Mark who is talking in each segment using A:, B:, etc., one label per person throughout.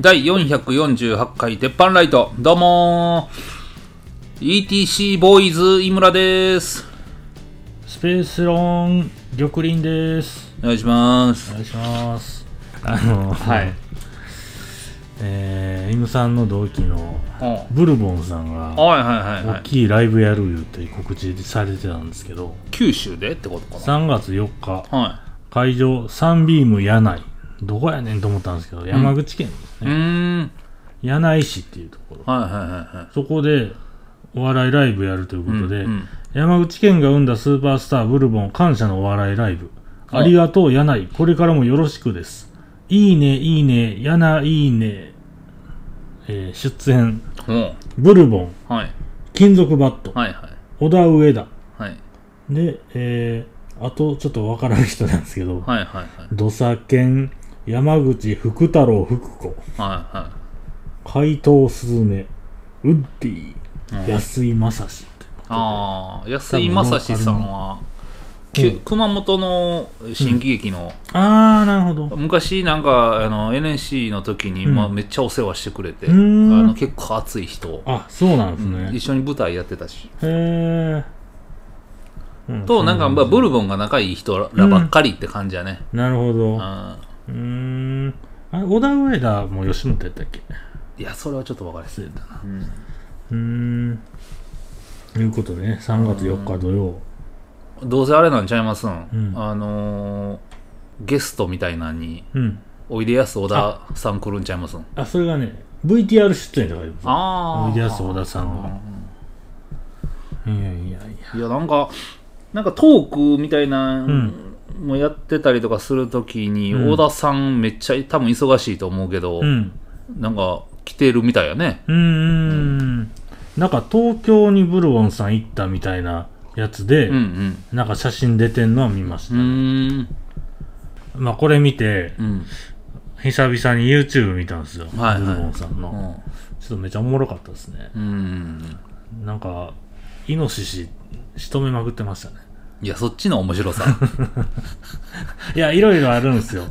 A: 第448回鉄板ライトどうもー ETC ボーイズ井村です
B: スペースローン玉林です。
A: お願いします
B: お願いします。あの、
A: はい。
B: えー、イムさんの同期の
A: うんはい
B: ブルボンさんが
A: はいはいは
B: 大
A: い
B: きいライブやる言うて告知されてたんですけど、
A: 九州でってことか
B: 3月4日、
A: なは
B: 会場サンビーム柳井。どこやねんと思ったんですけど、山口県です
A: いう
B: ね。
A: ーん
B: 柳井市っていうところ。
A: はいはいはいはい
B: そこでお笑いライブやるということで、
A: うんうん
B: 山口県が生んだスーパースターブルボン感謝のお笑いライブ。
A: あ
B: ありがとう、柳井。これからもよろしくです。いいね、いいね、柳いいね。えー出演、
A: うん
B: ブルボン、
A: はい
B: 金属バット、
A: はいはい
B: 小田上田。
A: はい
B: で、えーあとちょっとわからん人なんですけど、
A: はいはいはい
B: 土佐犬、山口福太郎福子、
A: は
B: 怪盗すずめ、ウッディ、
A: いはいうん
B: 安井正史って。
A: ああ安井正史さんはきゅ
B: うん
A: 熊本の新喜劇の、
B: あー、なるほど。
A: 昔なんかあの NSC の時に、
B: うん
A: まあ、めっちゃお世話してくれて、
B: うーん
A: あの結構熱い人、
B: あ、そうなんです
A: うん
B: ね
A: 一。緒に舞台やってたし、
B: へえ。
A: となんか、まあ、ブルボンが仲いい人らばっかりって感じやね、
B: なるほど。
A: うん
B: うーん。あれ、小田上田も吉本やったっけ
A: いやそれはちょっと分かりすぎたな、うん
B: うーん。ということでね、3月4日土曜。
A: どうせあれなんちゃいますん、
B: うん
A: あのーゲストみたいなのに
B: うん。
A: おいでやす小田さん来るんちゃいますん
B: あ、それがね、VTR 出演とかでも
A: ああ
B: おいでやす小田さんが。いやいやいや。
A: いやなんかなんかトークみたいな
B: うん
A: もやってたりとかするときに、
B: うん
A: 小田さんめっちゃ多分忙しいと思うけど、
B: うん。
A: なんか来てるみたいやね
B: うーん。なんか、東京にブルボンさん行ったみたいなやつで、
A: うん
B: なんか写真出てんのは見まし
A: う
B: た。
A: んう
B: まあ、これ見て、
A: ーんうん
B: 久々に YouTube 見たんですよ。
A: はいはい
B: ブルボンさんの。
A: うん
B: ちょっとめちゃおもろかったですね。
A: うん
B: なんか、イノシシ、仕留めまくってましたね。
A: いやそっちの面白さ
B: いや、いろいろあるんで すよ。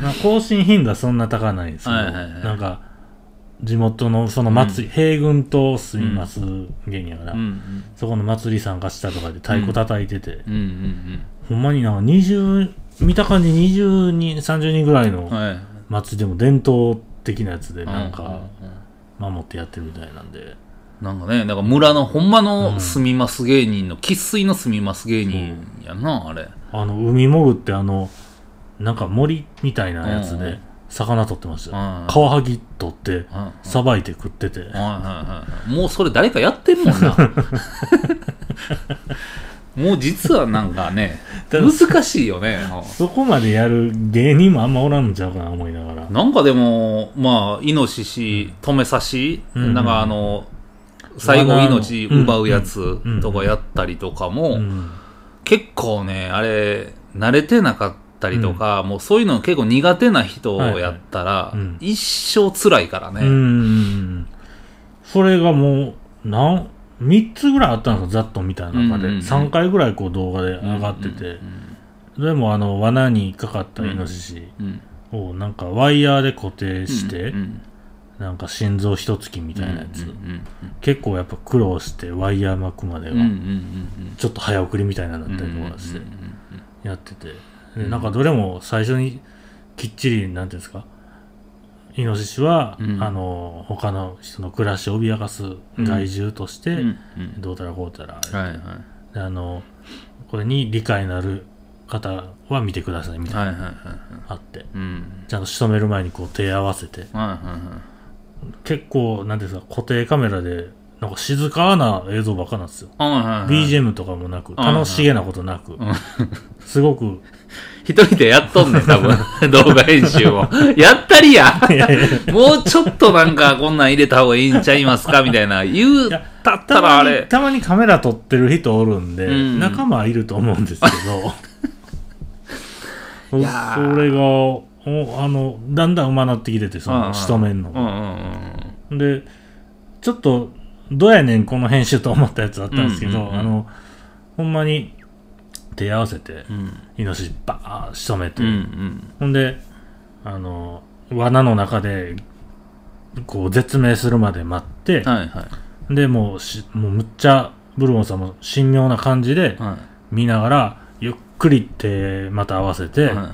B: まあ、更新頻度はそんな高ないんですけど、
A: はいはいはい
B: なんか、地元のその祭り、平軍と住みます芸人やから、
A: うんうん
B: そこの祭り参加したとかで太鼓叩いてて、
A: うんうん
B: ほんまになんか20、見た感じ20人、30人ぐらい
A: うん
B: の
A: はい
B: 祭りでも伝統的なやつでなん
A: う
B: か
A: ううん
B: 守ってやってるみたいなんで、
A: なんかね、なんか村のほんま
B: う
A: の
B: ん
A: 住みます芸人の、生粋の住みます芸人やな、あれ。
B: あの、海潜ってあの、なんか森みたいなやつ
A: うんうん
B: で、魚取ってましたよ。
A: うん
B: カワハギ取って、
A: うん
B: さばいて食ってて。
A: はいはいはい。もうそれ誰かやってるもん な。もう実はなんかね、
B: ただ
A: 難しいよね。
B: そこまでやる芸人もあんまおらんのちゃうかな思いながら。
A: なんかでも、まあ、イノシシ、止めさし、
B: うん
A: なんかあの、最後命奪うや
B: うん
A: つとかやったりとかも、
B: うん。
A: 結構ね、あれ、慣れてなかったりとか、もうそういうの結構苦手な人をやったら、
B: いはいうん
A: 一生辛いからね。
B: うん。それがもう、なん、三つぐらいあったんですよ、ざっと見た
A: う
B: 中
A: んうんうん
B: で。三回ぐらいこう動画で上がってて。でもあの、罠に引っかかったイノシシ
A: うん。うん
B: をなんかワイヤーで固定して
A: うんう、ん
B: なんか心臓一突きみたいなや
A: うん
B: つ
A: う。ん
B: 結構やっぱ苦労してワイヤー巻くまで
A: うんうんうん
B: は
A: うん
B: ちょっと早送りみたいなのだったりとかして
A: うんうんうん
B: やっててでなんかどれも最初にきっちりなんていうんですかイノシシは、
A: うん
B: あの他の人の暮らしを脅かす害獣として、
A: うんうん
B: どうたらこうたら、
A: うんはいはい
B: であのこれに理解のある方は見てくださいみたいな
A: はいはいはいはい
B: のがあって
A: うん
B: ちゃんと仕留める前にこう手合わせて
A: はいはいは
B: 結構なんていうんですか固定カメラでなんか静かな映像ばっかなんですよ
A: いはいはい
B: BGM とかもなく、
A: はい
B: 楽しげなことなく、すごく、
A: 一人でやっとんねん多 分動画編集をやったりや
B: いやいや
A: もうちょっとなんかこんなん入れた方がいいんちゃいますかみたいな言うた った
B: た
A: らあ
B: まに、
A: れ
B: たまにカメラ撮ってる人おるんで、
A: うん
B: 仲間いると思うんですけ ど、
A: い
B: そ
A: やー
B: れが、おあの、だんだんうまなってきてて、そ
A: うん
B: の、仕留めんの
A: うんう
B: が。
A: んうん
B: で、ちょっと、どうやねん、この編集と思ったやつあったんですけ
A: うんうんう
B: ど、
A: ん
B: あの、ほんまに、手合わせて
A: う、ん
B: イノシシバーン仕留めて
A: う、ん
B: ほんで、あの、罠の中でこう絶命するまで待って、
A: はいはい。
B: でもうしもうむっちゃブルボンさんも神妙な感じで
A: は
B: 見ながらゆっくりってまた合わせて、
A: い。は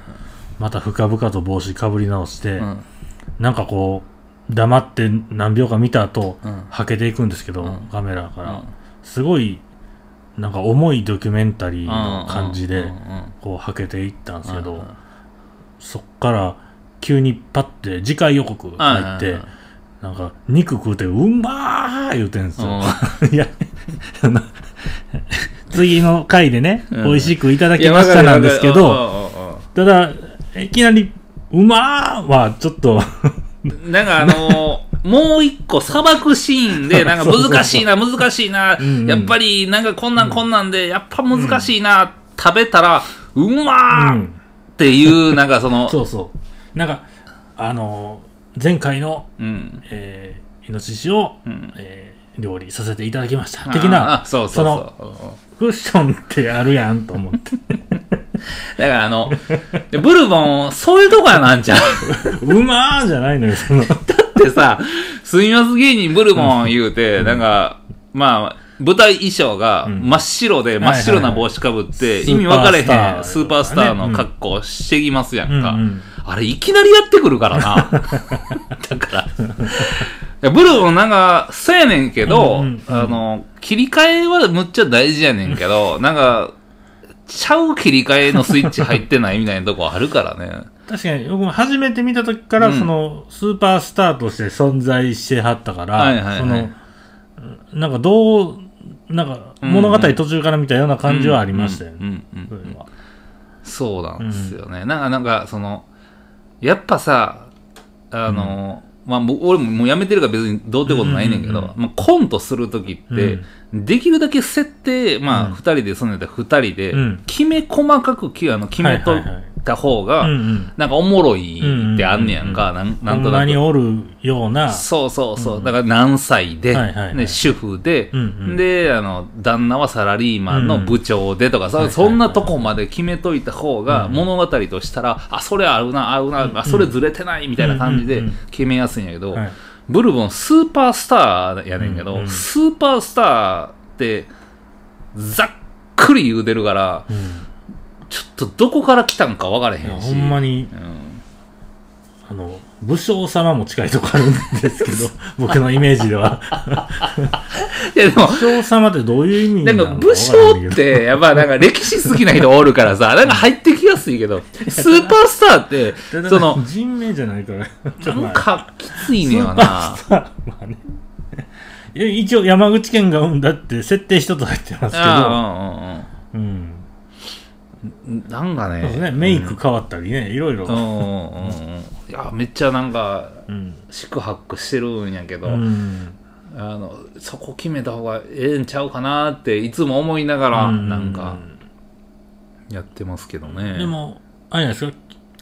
B: また深々と帽子かぶり直して、
A: い。うん。
B: なんかこう黙って何秒か見た後、
A: うん。
B: はけていくんですけど、
A: うん
B: カメラから、
A: うん
B: すごいなんか重いドキュメンタリーの感じで、
A: うんうん
B: こうはけていったんですけど、
A: うんうん
B: そっから急にパッて次回予告入って、
A: はいはいはい
B: なんか肉食うてうまー言うてんすよ、 いやあの次の回でね、
A: うん
B: 美味しくいただ
A: うん。
B: きましたなんですけ
A: いや
B: ど、
A: わかるわかる
B: ただいきなりうまーはちょっと
A: うんうんうんなんかあ のー、もう一個、砂漠シーンで、なんか難しいな、難しいな、
B: んうん
A: やっぱりなんかこんなんこんなんで、やっぱ難しいな、食べたら、うま
B: う
A: ーっ
B: ん
A: ていう、なんかその、
B: そうそうなんかあの前回の、
A: うん。
B: えー、イノシシを、
A: うん
B: えー料理させていただきました的な
A: あそうそう
B: の
A: そううんうん。
B: クッションってあるやんと思って
A: だからあの、ブルボン、そういうとこやなんちゃう
B: うまーじゃないのよその
A: ってさ、すみます芸人ブルボン言うて、なんか、まあ、舞台衣装が
B: ん
A: 真っ白で、
B: いはい
A: 真っ白な帽子かぶって、
B: スーパースター
A: 意味分かれへんスーパースター
B: う
A: の
B: ん
A: 格好してきますやんか
B: うんうん。
A: あれ、いきなりやってくるから な。だから。ブルボンなんか、そうやねんけど
B: うんうん、うん
A: あの、切り替えはむっちゃ大事やねんけ ど、なんか、ちゃう切り替えのスイッチ入ってないみたいなとこあるからね。
B: 確かに僕も初めて見た時から、
A: うん
B: そのスーパースターとして存在してはったから、
A: はいはいはい
B: そのなんかどうなんか物語途中から見たような感じはありましたよ
A: う
B: ね、
A: んうんうん
B: それは
A: そうなんですよね。なんか、なんか、その、やっぱさ、あの、まあ、もう俺ももうやめてるから別にどうってことないねんけど、
B: うんうんうん
A: まあ、コントするときって、できるだけ設定、まあ、
B: うん
A: 二人で、そのやったら二人で
B: うん、
A: きめ細かくきあの決めとった方
B: うんう
A: が、
B: ん
A: なんかおもろいってあんねやんか、なん
B: こ
A: なんと
B: ん
A: な
B: なに
A: く。
B: おるような
A: そうそうそう。だから何歳で、
B: はいはいはい
A: ね主婦で、
B: うんうん
A: で、あの、旦那はサラリーマンの部長でとか、
B: はいはい
A: そ
B: はい
A: そんなとこまで決めといた方が、
B: うん
A: 物語としたら、あ、それ合うな、合うな、あ、それずれてないみたいな感じ
B: う
A: で
B: んうんうん
A: 決めやすいんやけど、
B: はい
A: ブルボンスーパースターやねんけど、
B: うんうん
A: スーパースターって、ざっくり言うてるから、
B: うん
A: ちょっとどこから来たんか分から
B: いや
A: へんし。
B: ほんまに
A: うん
B: あの武将様も近いとこあるんですけど僕のイメージでは
A: いやでも
B: 武将様ってどういう意味
A: な
B: なんの
A: か
B: か
A: 武将って、やっぱなんか歴史好きな人おるから さ、なんか入ってきやすいけど、スーパースターって、
B: そ
A: そ
B: の
A: の、
B: 人名じゃないからちょっと
A: なん
B: 待って
A: かきついねやな。
B: まあね。いや一応山口県が生んだって設定一つ入ってますけど、
A: ああ
B: うん。
A: うんうんうん。なんか
B: そうです
A: ね。
B: ね、メイク変わったりね、いろい
A: う
B: ろ。うん
A: うんうんうん。いや、めっちゃなんか、
B: ん。
A: 四苦八苦してるんやけど、
B: うん。
A: あの、そこ決めた方がええんちゃうかなって、いつも思いながら、なんか、やってますけどね。
B: で、も、あれなんですか、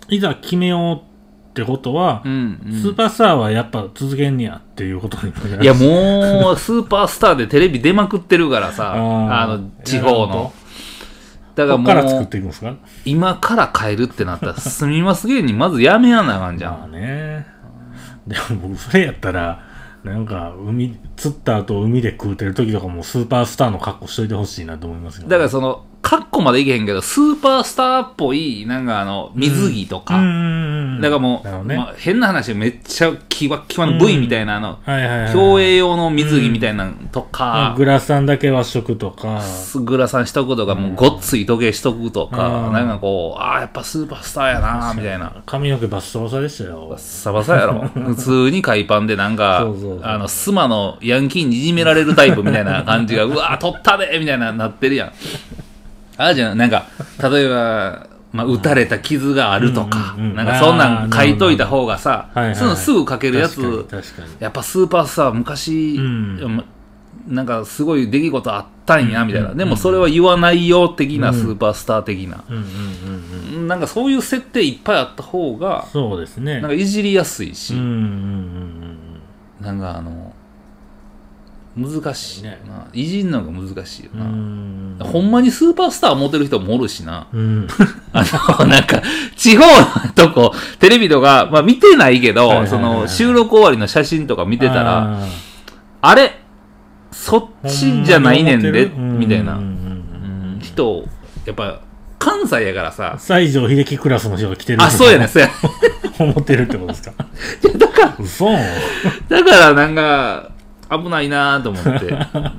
B: いざ決めようってことは
A: う、ん、うん。
B: スーパースターはやっぱ続けんねやっていうことになる
A: いや、もう、スーパースターでテレビ出まくってるからさ、あ
B: あー
A: の、地方
B: なるほ
A: の。だか
B: こ
A: ら
B: っから
A: も
B: 作っ
A: う、
B: ていくんですか
A: 今から変えるってなったら、すみます芸人、まずやめやなあかんじゃ
B: まあ
A: ん。
B: ね。でも僕、それやったら、なんか、海、釣った後海で食うてる時とかもスーパースターの格好しといてほしいなと思いますよ、
A: だからその、カッコまでいけへんけど、スーパースターっぽい、なんかあの、水着とか、
B: うん
A: だからもう、
B: なるほどね
A: まあ、変な話、めっちゃキワッキワの V みたいな、あの、
B: はいはいはい。
A: 競泳用の水着みたいなのとか、
B: グラサンだけ和食とか、
A: グラさんしとくとか、もうごっつい時計しとくとか、
B: うん
A: なんかこう、ああ、やっぱスーパースターやな、みたいな。
B: 髪の毛バッサバサでしたよ。
A: サバサや ろ普通に海パンでなんか
B: そうそうそう
A: あのスマのヤンキーにいじめられるタイプみたい な感じがうわー取ったでみたいななってるやんあるじゃんなんか例えば、まあ、打たれた傷があるとか、
B: うんうんうん
A: なんかそんなん書いといた方がさ、
B: あーなる
A: そう
B: ほど
A: いうのすぐ書けるやつ、
B: 確かに確かに。
A: やっぱスーパースター昔、
B: うん
A: まなんかすごい出来事あったんやみたいな、
B: うんうんうん
A: でもそれは言わないよ的な、スーパースター的な、
B: うんうんうんうん。
A: なんかそういう設定いっぱいあった方が
B: そうですね。
A: なんかいじりやすいし、
B: うんうんうんうん。
A: なんかあの、難しい
B: ね
A: な。いじんのが難しいよ
B: うー
A: な。
B: ん
A: ほんまにスーパースター持てる人もおるしな。
B: うん
A: あの、なんか、地方のとこ、テレビとか、まあ見てないけ
B: はいはい
A: ど、
B: はい
A: その、収録終わりの写真とか見てたら、
B: あー
A: あれ、そっちじゃないねんで、
B: ほまに思ってる
A: みたい
B: うんう
A: な。
B: ん
A: う
B: うん
A: ん人、やっぱ、関西やからさ、
B: 西城秀樹クラスの人が来てる
A: あ、そうやね、そうやね。
B: 思ってるってこ とですか
A: だから、
B: 嘘は
A: だからなんか、危ないなと思 って。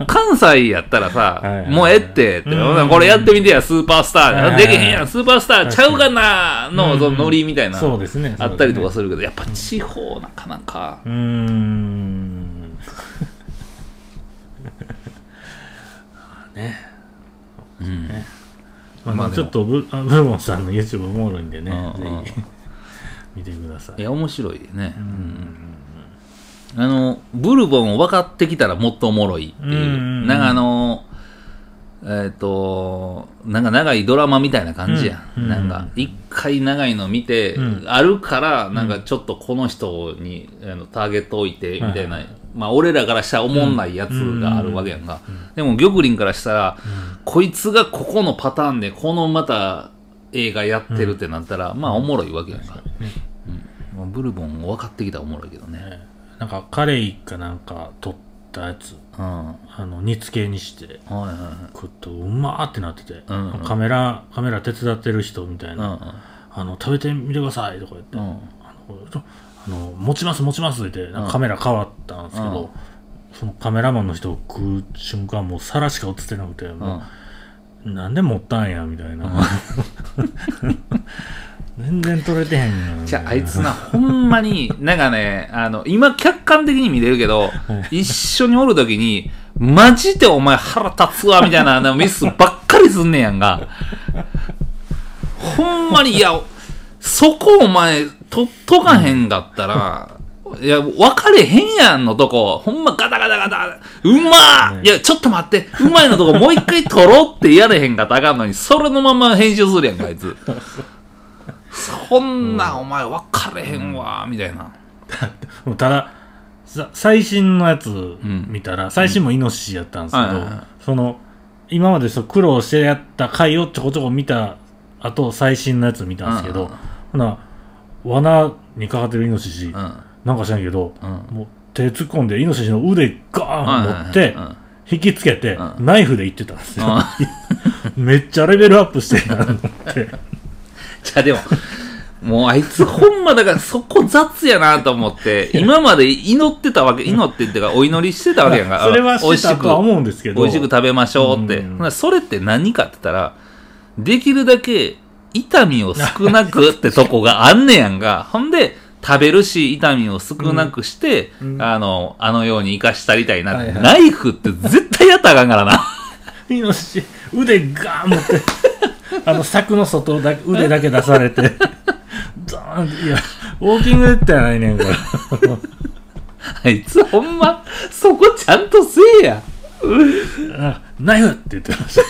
A: 関西やったらさ
B: はいはいは、い
A: もうええって、って
B: うん
A: これやってみてや、スーパースタ
B: はいはいは
A: ー。
B: い
A: できへんやん、スーパースターちゃうかなの、そのノリみたいな。
B: そうですね
A: あったりとか
B: そうです
A: るけど、やっぱ地方なかなか。
B: すねう
A: う
B: ーんね
A: ん。
B: まあ、
A: まあでも
B: ちょっとブあブーモンさんの YouTube おもろいんでね、
A: うんうん
B: ぜひ 見てください
A: いや、面白いね
B: う。ん
A: あの、ブルボンを分かってきたらもっとおもろいっていう。
B: うんうんうん
A: なんかあの、えっ、と、なんか長いドラマみたいな感じや。
B: うん
A: ん、なんか、一回長いの見て、
B: うん
A: あるから、なんかちょっとこの人にあのターゲット置いて、みたいな。まあ、俺らからしたらおもんないやつがあるわけやんか。でも、玉林からしたら、こいつがここのパターンで、このまた映画やってるってなったら、まあ、おもろいわけやんか。
B: ね
A: うんまあブルボンを分かってきたらおもろいけどね。
B: ねなんかカレイかなんか取ったやつ
A: うん。は
B: あの煮付けにして
A: いはいはい。
B: 食っとうまーってなってて、
A: うんうん
B: カメラカメラ手伝ってる人みたい
A: うん
B: な、あの食べてみてくださいとか言って、
A: うん
B: あのちょあの持ちます持ちますってなんかカメラ変わったんですけど、
A: うん
B: そのカメラマンの人を食う瞬間もう皿しか映ってなくて、
A: う
B: も
A: ん
B: うなんで持ったんやみたいな、 全然撮れてへんやん
A: じゃああいつなほんまになんかねあの今客観的に見れるけど一緒におる時にマジでお前腹立つわみたいなあのミスばっかりすんねやんがほんまにいやそこお前とっとかへんかったらいや分かれへんやんのとこほんまガタガタガタうまー、
B: ね
A: いやちょっと待ってうまいのとこもう一回取ろうってやれへんかったらあかんのにそれのまま編集するやんかあいつそんなんお前分かれへんわみたいな、
B: もうたださ最新のやつ
A: ん
B: 見たら、最新もイノシシやったんですけど、
A: はいはいはい
B: その今までそう苦労してやった回をちょこちょこ見たあと最新のやつ見たんですけ
A: う
B: ど、
A: んうん
B: ほな罠にかかってるイノシシ、
A: うんうん
B: なんか知らんけど、
A: うん
B: もう手突っ込んでイノシシの腕ガーン持っ
A: はい
B: て
A: はいはい
B: 引きつけて、
A: う
B: ナイフでいってたんですよ、
A: あ
B: めっちゃレベルアップしてるなと思って
A: じゃあでも、もうあいつほんまだからそこ雑やなと思って、今まで祈ってたわけ、祈ってっていうかお祈りしてたわけやんか。
B: それはしてたとは
A: 美味し
B: 思うんですけ
A: く、
B: ど
A: 美味しく食べましょうって。
B: うん
A: ほなそれって何かって言ったら、できるだけ痛みを少なくってとこがあんねやん が、ほんで、食べるし、痛みを少なくして、
B: うん
A: あの、あのように生かしたりたいな、
B: はいはい
A: ナイフって絶対やったらあかんからな。
B: イノシシ腕ガーン持ってあの柵の外だけ腕だけ出されてドーンっていやウォーキングでってやないねんから
A: あいつほんま、そこちゃんとせえや。
B: あナイフって言ってました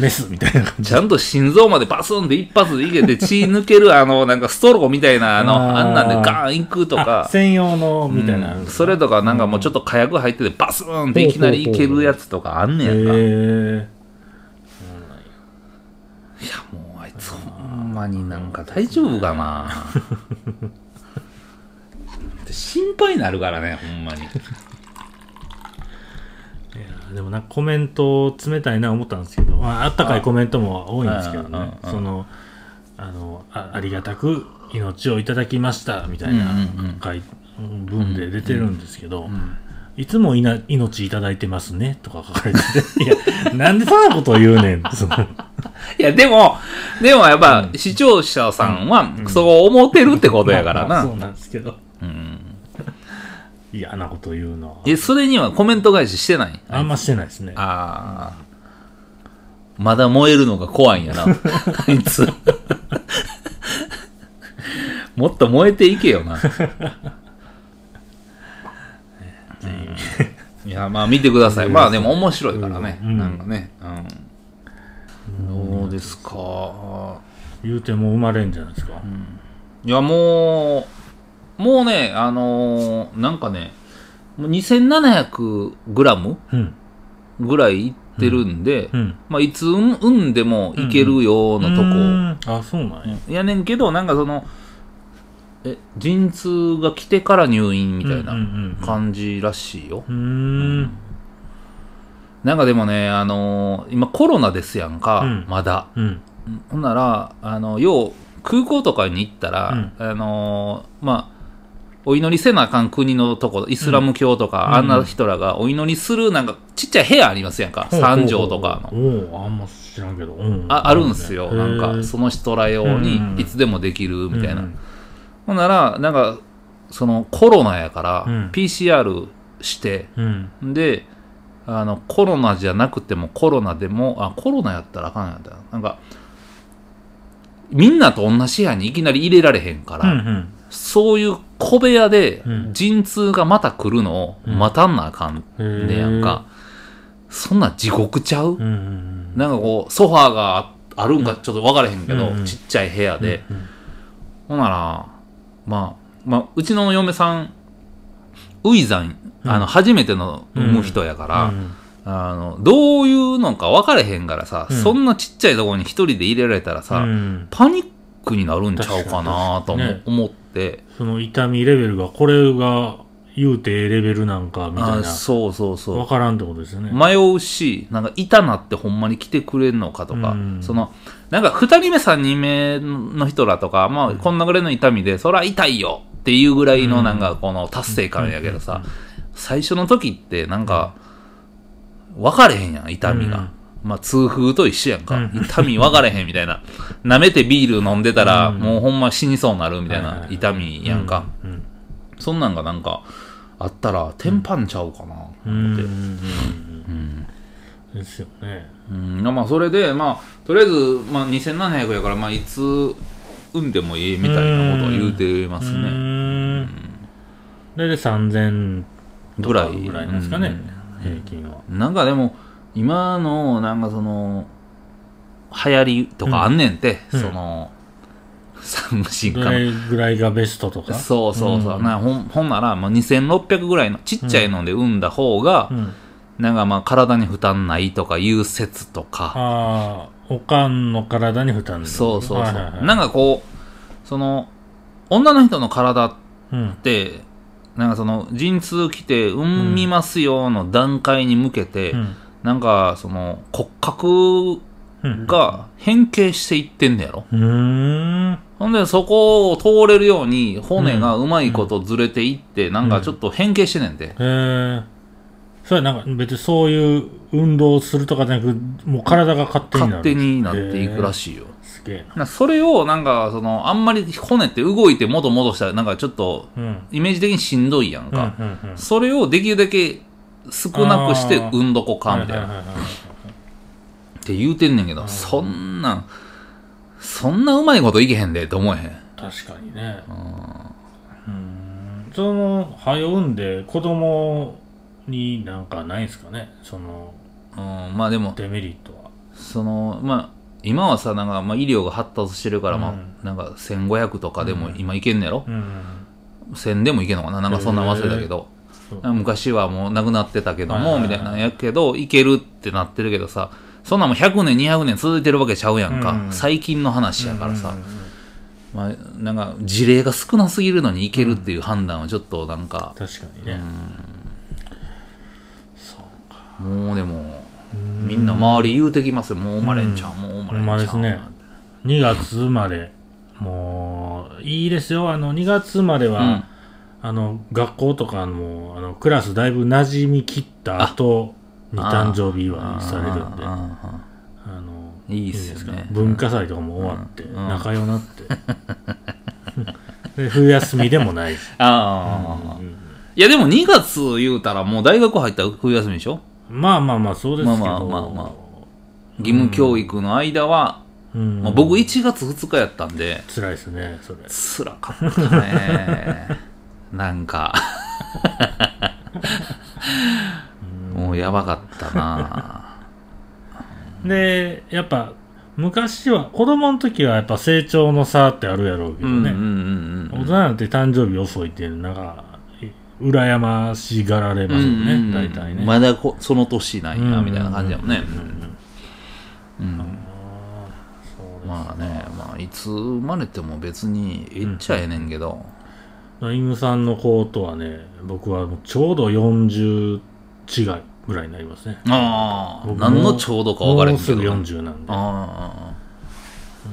B: メスみたいな感じ
A: ちゃんと心臓までバスンで一発でいけて血抜けるあのなんかストローみたいなあの
B: あー
A: あんなんでガーン行くと
B: あ
A: か、
B: 専用のみたいな、
A: うんそれとかなんかもうちょっと火薬入っててバスンっていきなりいけるやつとかあんね
B: へ
A: やんか、い
B: え
A: やもうあいつほんまになんか大丈夫かな心配になるからねほんま に
B: いやでもなんかコメント冷たいな思ったんですけど、まあ、あったかいコメントも多いんですけどね
A: ああああ
B: そのあのあありがたく命をいただきましたみたいな
A: うんうんうん
B: 書い文で出てるんですけど、
A: ん
B: いつもいな命いただいてますねとか書かれてて いやなんでそんなこと言うねんその
A: いやでもでもやっぱ、視聴者さんは、そう思ってるってことやから
B: まあ
A: な、
B: そうなんですけど
A: うん
B: 嫌なこと言うのは
A: えそれにはコメント返ししてない
B: あんましてないですね
A: ああ。まだ燃えるのが怖いんや な。あいつ。もっと燃えていけよな。いや、まあ見てください。まあでも面白いからね。
B: うん
A: なんかね。うん。どうですか。
B: 言うても生まれんじゃないですか、
A: いや、もう、もうね、あのーなんかね、もう2700グラム
B: うん。
A: ぐらいいってるんで、
B: うん。
A: まあ、いつ産んでもいけるようなとこ、
B: こ。あ、そうなんや。
A: やねんけどなんかそのえ陣痛が来てから入院みたい
B: うん
A: な感じらしいよ、
B: うんうん。うーん。
A: なんかでもねあのー今コロナですやんか、
B: うん
A: まだ
B: うん。
A: ほんならあの要は空港とかに行ったら、
B: うん
A: あのーまあお祈りせなあかん国のとこイスラム教とか、
B: うん
A: あんな人らがお祈りするなんかちっちゃい部屋ありますやんか、三畳とかの
B: おうおうあんま知らんけど。うん
A: ああるんすよ
B: へー
A: なんかその人ら用に
B: うん
A: いつでもできるみたいな、
B: うん
A: ほんなら、なんか、そのコロナやから、
B: うん
A: PCR して、
B: うん。
A: で、あの、コロナじゃなくてもコロナでも、あ、コロナやったらあかんやったな。なんか、みんなと同じ部屋にいきなり入れられへんか
B: う
A: ら、
B: んうん。
A: そういう小部屋で
B: うん
A: 陣痛がまた来るのを待たんなあかん
B: へー
A: ねやんか。そんな地獄ちゃう、
B: うんうん
A: なんかこう、ソファーがああるんかちょっと分からへんけど、
B: うんうん
A: ちっちゃい部屋
B: うん。
A: で、ほんなら、まあ、まあ、うちの嫁さん、ウイザン、あの、
B: うん
A: 初めての産む人やから、
B: うん、
A: あの、どういうのか分かれへんからさ、
B: うん
A: そんなちっちゃいとこに一人で入れられたらさ、
B: うん
A: パニックになるんちゃうかなとも
B: 確かに確
A: 思って、
B: その痛みレベルが、これが言うてええレベルなんか、みた
A: あ
B: い
A: そうそう
B: な。わ
A: そ
B: からんってことですよね。
A: う。迷うし、なんか、いたなってほんまに来てくれんのかとか、
B: うん
A: その、なんか、二人目、三人目の人らとか、まあ、こんなぐらいの痛みで、そら痛いよっていうぐらいの、なんか、この達成感やけどさ、最初の時ってなんか分かれへんやん痛みが、まあ痛風と一緒やんか、
B: うん
A: 痛み分かれへんみたいな舐めてビール飲んでたら、
B: うん
A: もうほんま死にそうになるみたい
B: はいはい
A: な
B: はい
A: 痛みやんか、
B: うん。
A: そんなんがなんかあったらテンパんちゃうかな
B: うん。うんうんうんうんですよね。
A: うん、まあそれでまあとりあえず、まあ、2700やからまあいつ産んでもいいみたいなことを言うてます
B: う
A: ね
B: ーん大体3000
A: ぐらい
B: ぐらいなんですかね、平均は。
A: なんかでも今のなんかその流行りとかあんねんて、
B: うん
A: その産婦人
B: ど
A: 科の
B: れぐらいがベストとか。
A: そうそうそう、
B: うん
A: なほんほんならもう2600ぐらいのちっちゃいので産んだ方が
B: う、ん、
A: なんかまあ体に負担ないとかいう説とか、
B: ああ、おかんの体に負担
A: そうそうそう、
B: はいはいはい
A: なんかこうその女の人の体っ
B: うん
A: てなんかその陣痛来て産みますよの段階に向けて、
B: うん
A: なんかその骨格
B: うん
A: が変形していってんねやろ。
B: うーん。
A: ほんで、そこを通れるように、骨がうまいことずれていって、なんかちょっと変形してんねんて。
B: えー、それはなんか別にそういう運動をするとかじゃなく、もう体が勝手になる。
A: 勝手になっていくら
B: い。
A: しいよ。
B: すげえな。
A: なそれを、なんか、その、あんまり骨って動いてもともとしたら、なんかちょっと、
B: うん。
A: イメージ的にしんどいやん
B: うんうん
A: か。
B: うん
A: それをできるだけ少なくして、
B: あー
A: うんどこか、みたい
B: は
A: な。
B: ははは
A: って言うてんねんけど、そんなん、そんなうまいこといけへんで、と思えへん。
B: 確かにね。うん。その、早産んで子供になんかないんすかねその、
A: うん、まあでも、
B: デメリットは。
A: そのまあ今はさなんか、まあ、医療が発達してるから、
B: う
A: ま
B: ん
A: あ、なんか1500とかでも今いけんねやろ、
B: うん。
A: 1000でもいけんのかななんかそんなん忘れたけど、
B: そう
A: 昔はもうなくなってたけども、
B: はいはいはい
A: みたいなんやけどいけるってなってるけどさそんなんもう100年200年続いてるわけちゃうやんか、
B: うん
A: 最近の話やからさ、
B: うんうんうん
A: まあ、なんか事例が少なすぎるのにいけるっていう判断はちょっとなんか、
B: 確かにね。そうか。
A: もうでもみんな周り言うてきますよもう生まれんちゃう、もう生まれんちゃう
B: ほんまですね2月生まれ、もう、いいですよ。あの、2月生まれは、
A: うん
B: あの、学校とかも、あの、クラスだいぶ馴染み切った後に誕生日祝いされるんで、
A: うう
B: あ
A: んうん
B: の、
A: いいっすよね
B: いいですか文化祭とかも終わって、
A: うんうん
B: 仲良なって。で冬休みでもない し。
A: ああ、
B: うん
A: いやでも2月言うたらもう大学入ったら冬休みでしょ
B: まあまあまあ、そうですけど。
A: まあまあまあま義務教育の間は、
B: うん
A: まあ、僕1月2日やったんで
B: 辛いですね、それ。
A: 辛かったねなんかもうやばかったな
B: で、やっぱ、昔は、子供の時はやっぱ成長の差ってあるやろうけ
A: う
B: ど
A: んうん
B: ね。
A: うんう
B: 大人
A: ん
B: になって誕生日遅いっていうのなんか、い羨ましがられますよね、
A: うんうん
B: 大体ね、
A: まだこその年なん
B: うんうんう
A: や
B: ん
A: みたいな感じやもんね、うん
B: あーそうです
A: まあね、まあ、いつ生まれても別にえっちゃええねんけど、
B: ナイムさんの子とはね僕はもうちょうど40違いぐらいになりますね
A: ああ
B: 僕も
A: 何のちょうどか分からへんけど、
B: もうすぐ40なんで
A: あ
B: うん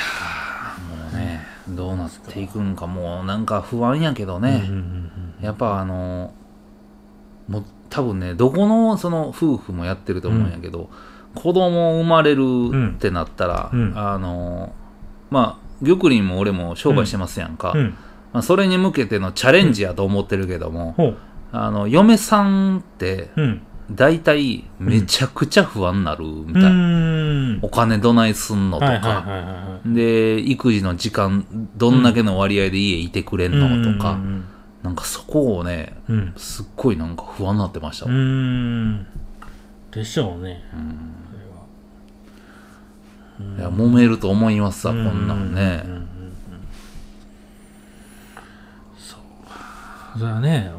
A: あもうねどうなっていくんかもうなんか不安やけど
B: うんう
A: ね、
B: ん
A: やっぱあのもう多分ねどこのその夫婦もやってると思うんやけど、子供生まれるってなったら、
B: うんうん
A: あのまあ玉林も俺も商売してますやんか、
B: うんうん
A: まあ、それに向けてのチャレンジやと思ってるけども、
B: ほう
A: あの嫁さんって
B: うん
A: 大体めちゃくちゃ不安になるみ
B: う
A: たいな、
B: ん
A: お金どないすんのとか、
B: はいはいはいはいはい
A: で育児の時間どんだけの割合で家いてくれんのとか、
B: うん
A: なんかそこをね
B: うんうん
A: すっごいなんか不安になってました、
B: うんうんでしょうね
A: うん
B: これはい
A: や揉めると思いますさ、こんなん
B: う
A: ね、
B: んそうそれはね、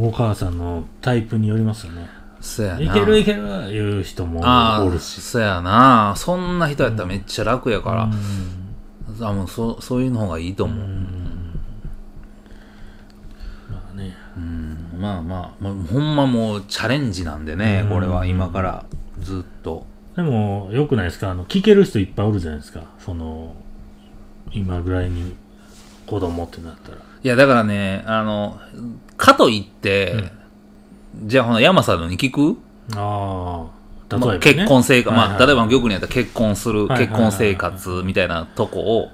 B: おお母さんのタイプによりますよね
A: そやない
B: けるいけるいう人も
A: あ
B: おる
A: あ
B: し
A: そやなそんな人やったらめっちゃ楽やから
B: うん、
A: あもうそそういうの方がいいと思う、
B: まあね
A: うんまあまあ、まあ、ほんまもうチャレンジなんでね、これは今からずっと。
B: でもよくないですかあの聞ける人いっぱいおるじゃないですかその今ぐらいに子供ってなったら
A: いや、だからね、あの、かといって、じゃあほな、山さんのに聞く、
B: ああ例えば、
A: ま
B: ね
A: あ、結婚生活、まあ、例えば
B: 結
A: 玉にやったら結婚する、
B: はいはい
A: 結婚生活みたいなとこを、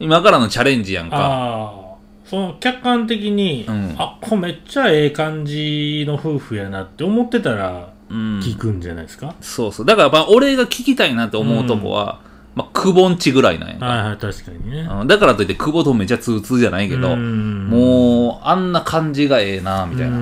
A: 今からのチャレンジやんか。
B: ああその客観的に、
A: うん
B: あこれめっちゃええ感じの夫婦やなって思ってたら
A: うん。
B: 聞くんじゃないですか、
A: そうそう。だから、まあ、俺が聞きたいなって思うとこは、まあ、くぼんちぐらいなんやんか。
B: はいはい確かにね
A: うんだからといって、久保とめちゃ通通じゃないけど、
B: も
A: もう、あんな感じがええな、みたいな。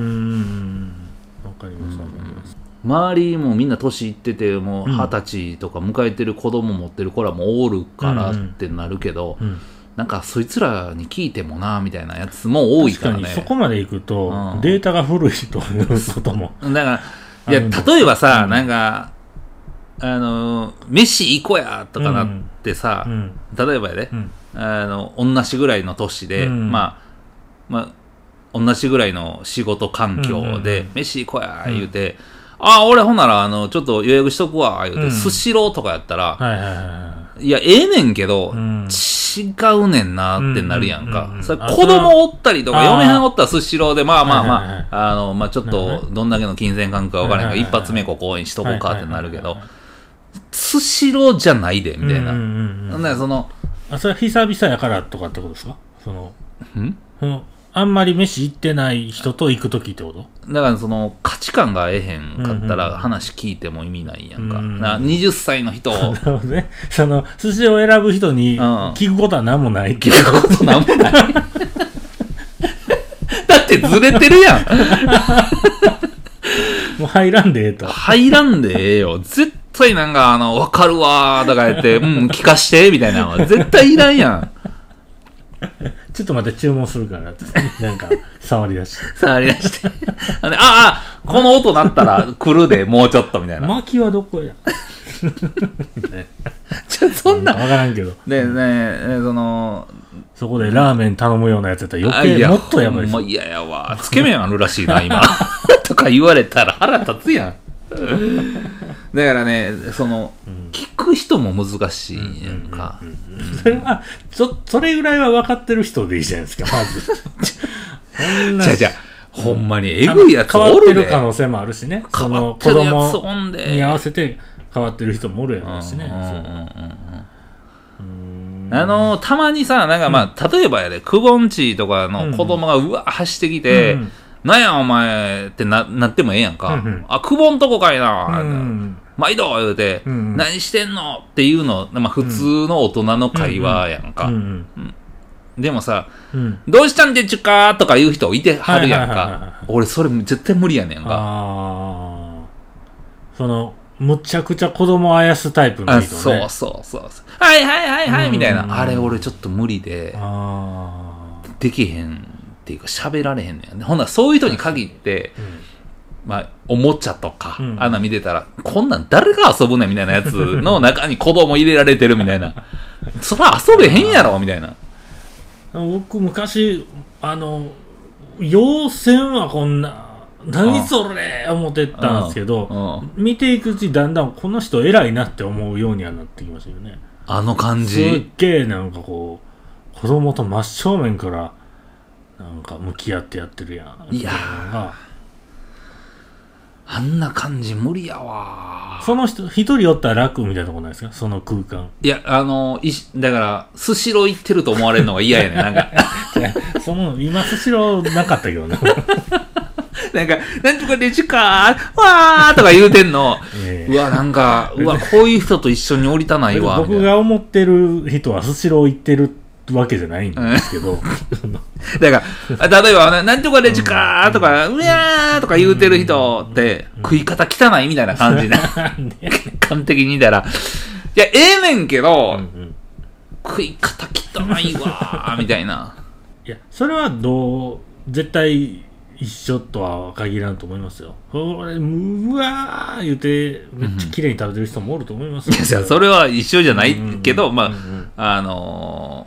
B: わかりますわかります
A: 周りもみんな年いっててもう
B: うん
A: 二十歳とか迎えてる子供持ってる子らもおるから
B: うんうん
A: ってなるけど、
B: うん
A: なんかそいつらに聞いてもなみたいなやつも多い
B: 確
A: か
B: からにそ
A: ね
B: こまでいくと
A: うん
B: データが古いということも
A: だからい
B: あ
A: や
B: るんです
A: 例えばさ、なんかあの飯行こうやとかなってさ、
B: うん
A: 例えばやで、
B: うん
A: あの同じぐらいの年で、
B: うん
A: まあまあ同じぐらいの仕事環境で、
B: うんうん
A: 飯行こうや言うて、ああ俺ほんならあのちょっと予約しとくわ言う
B: う
A: て
B: ん
A: スシローとかやったら、
B: はいはいはいはい
A: や、ええねんけど、
B: うん
A: 違うねんなってなるやん
B: うんうんうん
A: か
B: う。ん
A: それ
B: あ
A: 子供おったりとか、
B: あー
A: 嫁はんおったらスシローで、まあまあまあ、
B: はいはいはい
A: あの、まあちょっ
B: なるほ
A: と、どんだけの金銭感覚かわからへん
B: は
A: けど、
B: いはい
A: 一
B: はい
A: 発目ここにしとこうかってなるけ
B: はい
A: ど
B: はいはい、
A: スシローじゃないで、みたいな。な
B: うんうんうん
A: んだよその、
B: あそれは久々やからとかってことですかその
A: ん
B: そのあんまり飯行ってない人と行くときってこと
A: だからその価値観がええへんかった
B: うんうん
A: ら話聞いても意味ないやんか。
B: うんうん
A: な20歳の人を
B: なるほどね。その、寿司を選ぶ人に
A: うん
B: 聞くことは何もないけ
A: 聞
B: ど。
A: くことなんもない。 だってずれてるやん。
B: もう入らんでええと。
A: 入らんでええよ。絶対なんか、あの、わかるわーとか言って、うん、聞かして、みたいなのは絶対いらんやん。
B: ちょっと待って、注文するからって。なんか、触り出して。
A: さあ、ありまして。あのあ、あ、この音鳴ったら来るで、もうちょっと、みたいな。
B: 薪はどこや
A: ちょそん
B: わ
A: な。
B: からんけど。
A: で、ね、えその、
B: そこでラーメン頼むようなやつやったら
A: あ
B: 余
A: い
B: 計もっとやばい
A: ほ
B: で
A: ん
B: す
A: ま
B: よ。
A: 嫌やわ。つけ麺あるらしいな、 今。とか言われたら腹立つやん。だからね、その、聞く人も難しいやんか。
B: それは、ちょ、それぐらいは分かってる人でいいじゃないですか、まず。そん な
A: じゃあじゃあほんまにえぐいやつ
B: 変わ
A: お
B: って
A: る
B: る
A: で。
B: 可能性もあるしね。そ
A: 変わ
B: の
A: っ
B: 子
A: てるやつ
B: 供
A: おんで。
B: に合わせて変わってる人もおるやろうし
A: うんうんうん
B: ね。
A: うんあのーたまにさ、なんかまあ、例えばやで、くぼんちとかの子供がうわ、走ってきて、
B: うん
A: なんやお前ってななってもええやんか。
B: うんうん
A: あ、くぼんとこかいな、
B: うん
A: 毎度言うて、
B: うんうん
A: 何してんのっていうの、まあ普通の大人の会話やんか。
B: うんうん
A: でもさ、
B: うん。
A: どうしたんでちゅかとか言う人いてはるやん
B: はいはいはいはい
A: か。俺それ絶対無理やねんか。
B: ああ。その、むちゃくちゃ子供をあやすタイプの
A: あ
B: 人ね。
A: そうそうそうそう。はいはいはいはい、みたい
B: うん
A: な。あれ俺ちょっと無理で。
B: あ
A: できへんっていうか喋られへんねんねほんならそういう人に限って、まあ、おもちゃとか、
B: うん
A: あんな見てたら、こんなん誰が遊ぶねんみたいなやつの中に子供入れられてるみたいな。そら遊べへんやろみたいな。
B: 僕昔あの妖戦はこんな何それ思ってたんですけど、
A: うん
B: 見ていくうちだんだんこの人偉いなって思うようにはなってきましたよね
A: あの感
B: すっ
A: じ。
B: げえなんかこう子供と真正面からなんか向き合ってやってるやん
A: いやー
B: みたいなのが
A: あんな感じ無理やわ。
B: その人一人おったら楽みたいなとこないですかその空間
A: いや、あの、いしだから、スシロー行ってると思われるのが嫌やねん。なんか、
B: その今スシローなかったけ どね
A: なんか、なんとかレジかー、わーとか言うてん の。
B: ええ
A: うわ、なんか、うわ、こういう人と一緒に降りたないわ。みたい
B: 僕
A: な
B: が思ってる人はスシロー行ってるわけじゃないんですけど、
A: だから、あ例えば、ななんとかレジかーとか、うやーとか言うてる人って、食い方汚いみたいな感じで、
B: なんで
A: 完璧に見たら、いや、ええねんけど、
B: うん
A: 食い方汚いわー、みたいな。
B: いやそれはどう絶対一緒とは限らんと思いますよ俺うわー言うてめっちゃ綺麗に食べてる人もおると思います
A: いや、それは一緒じゃないけど、ま
B: うん
A: あ、あの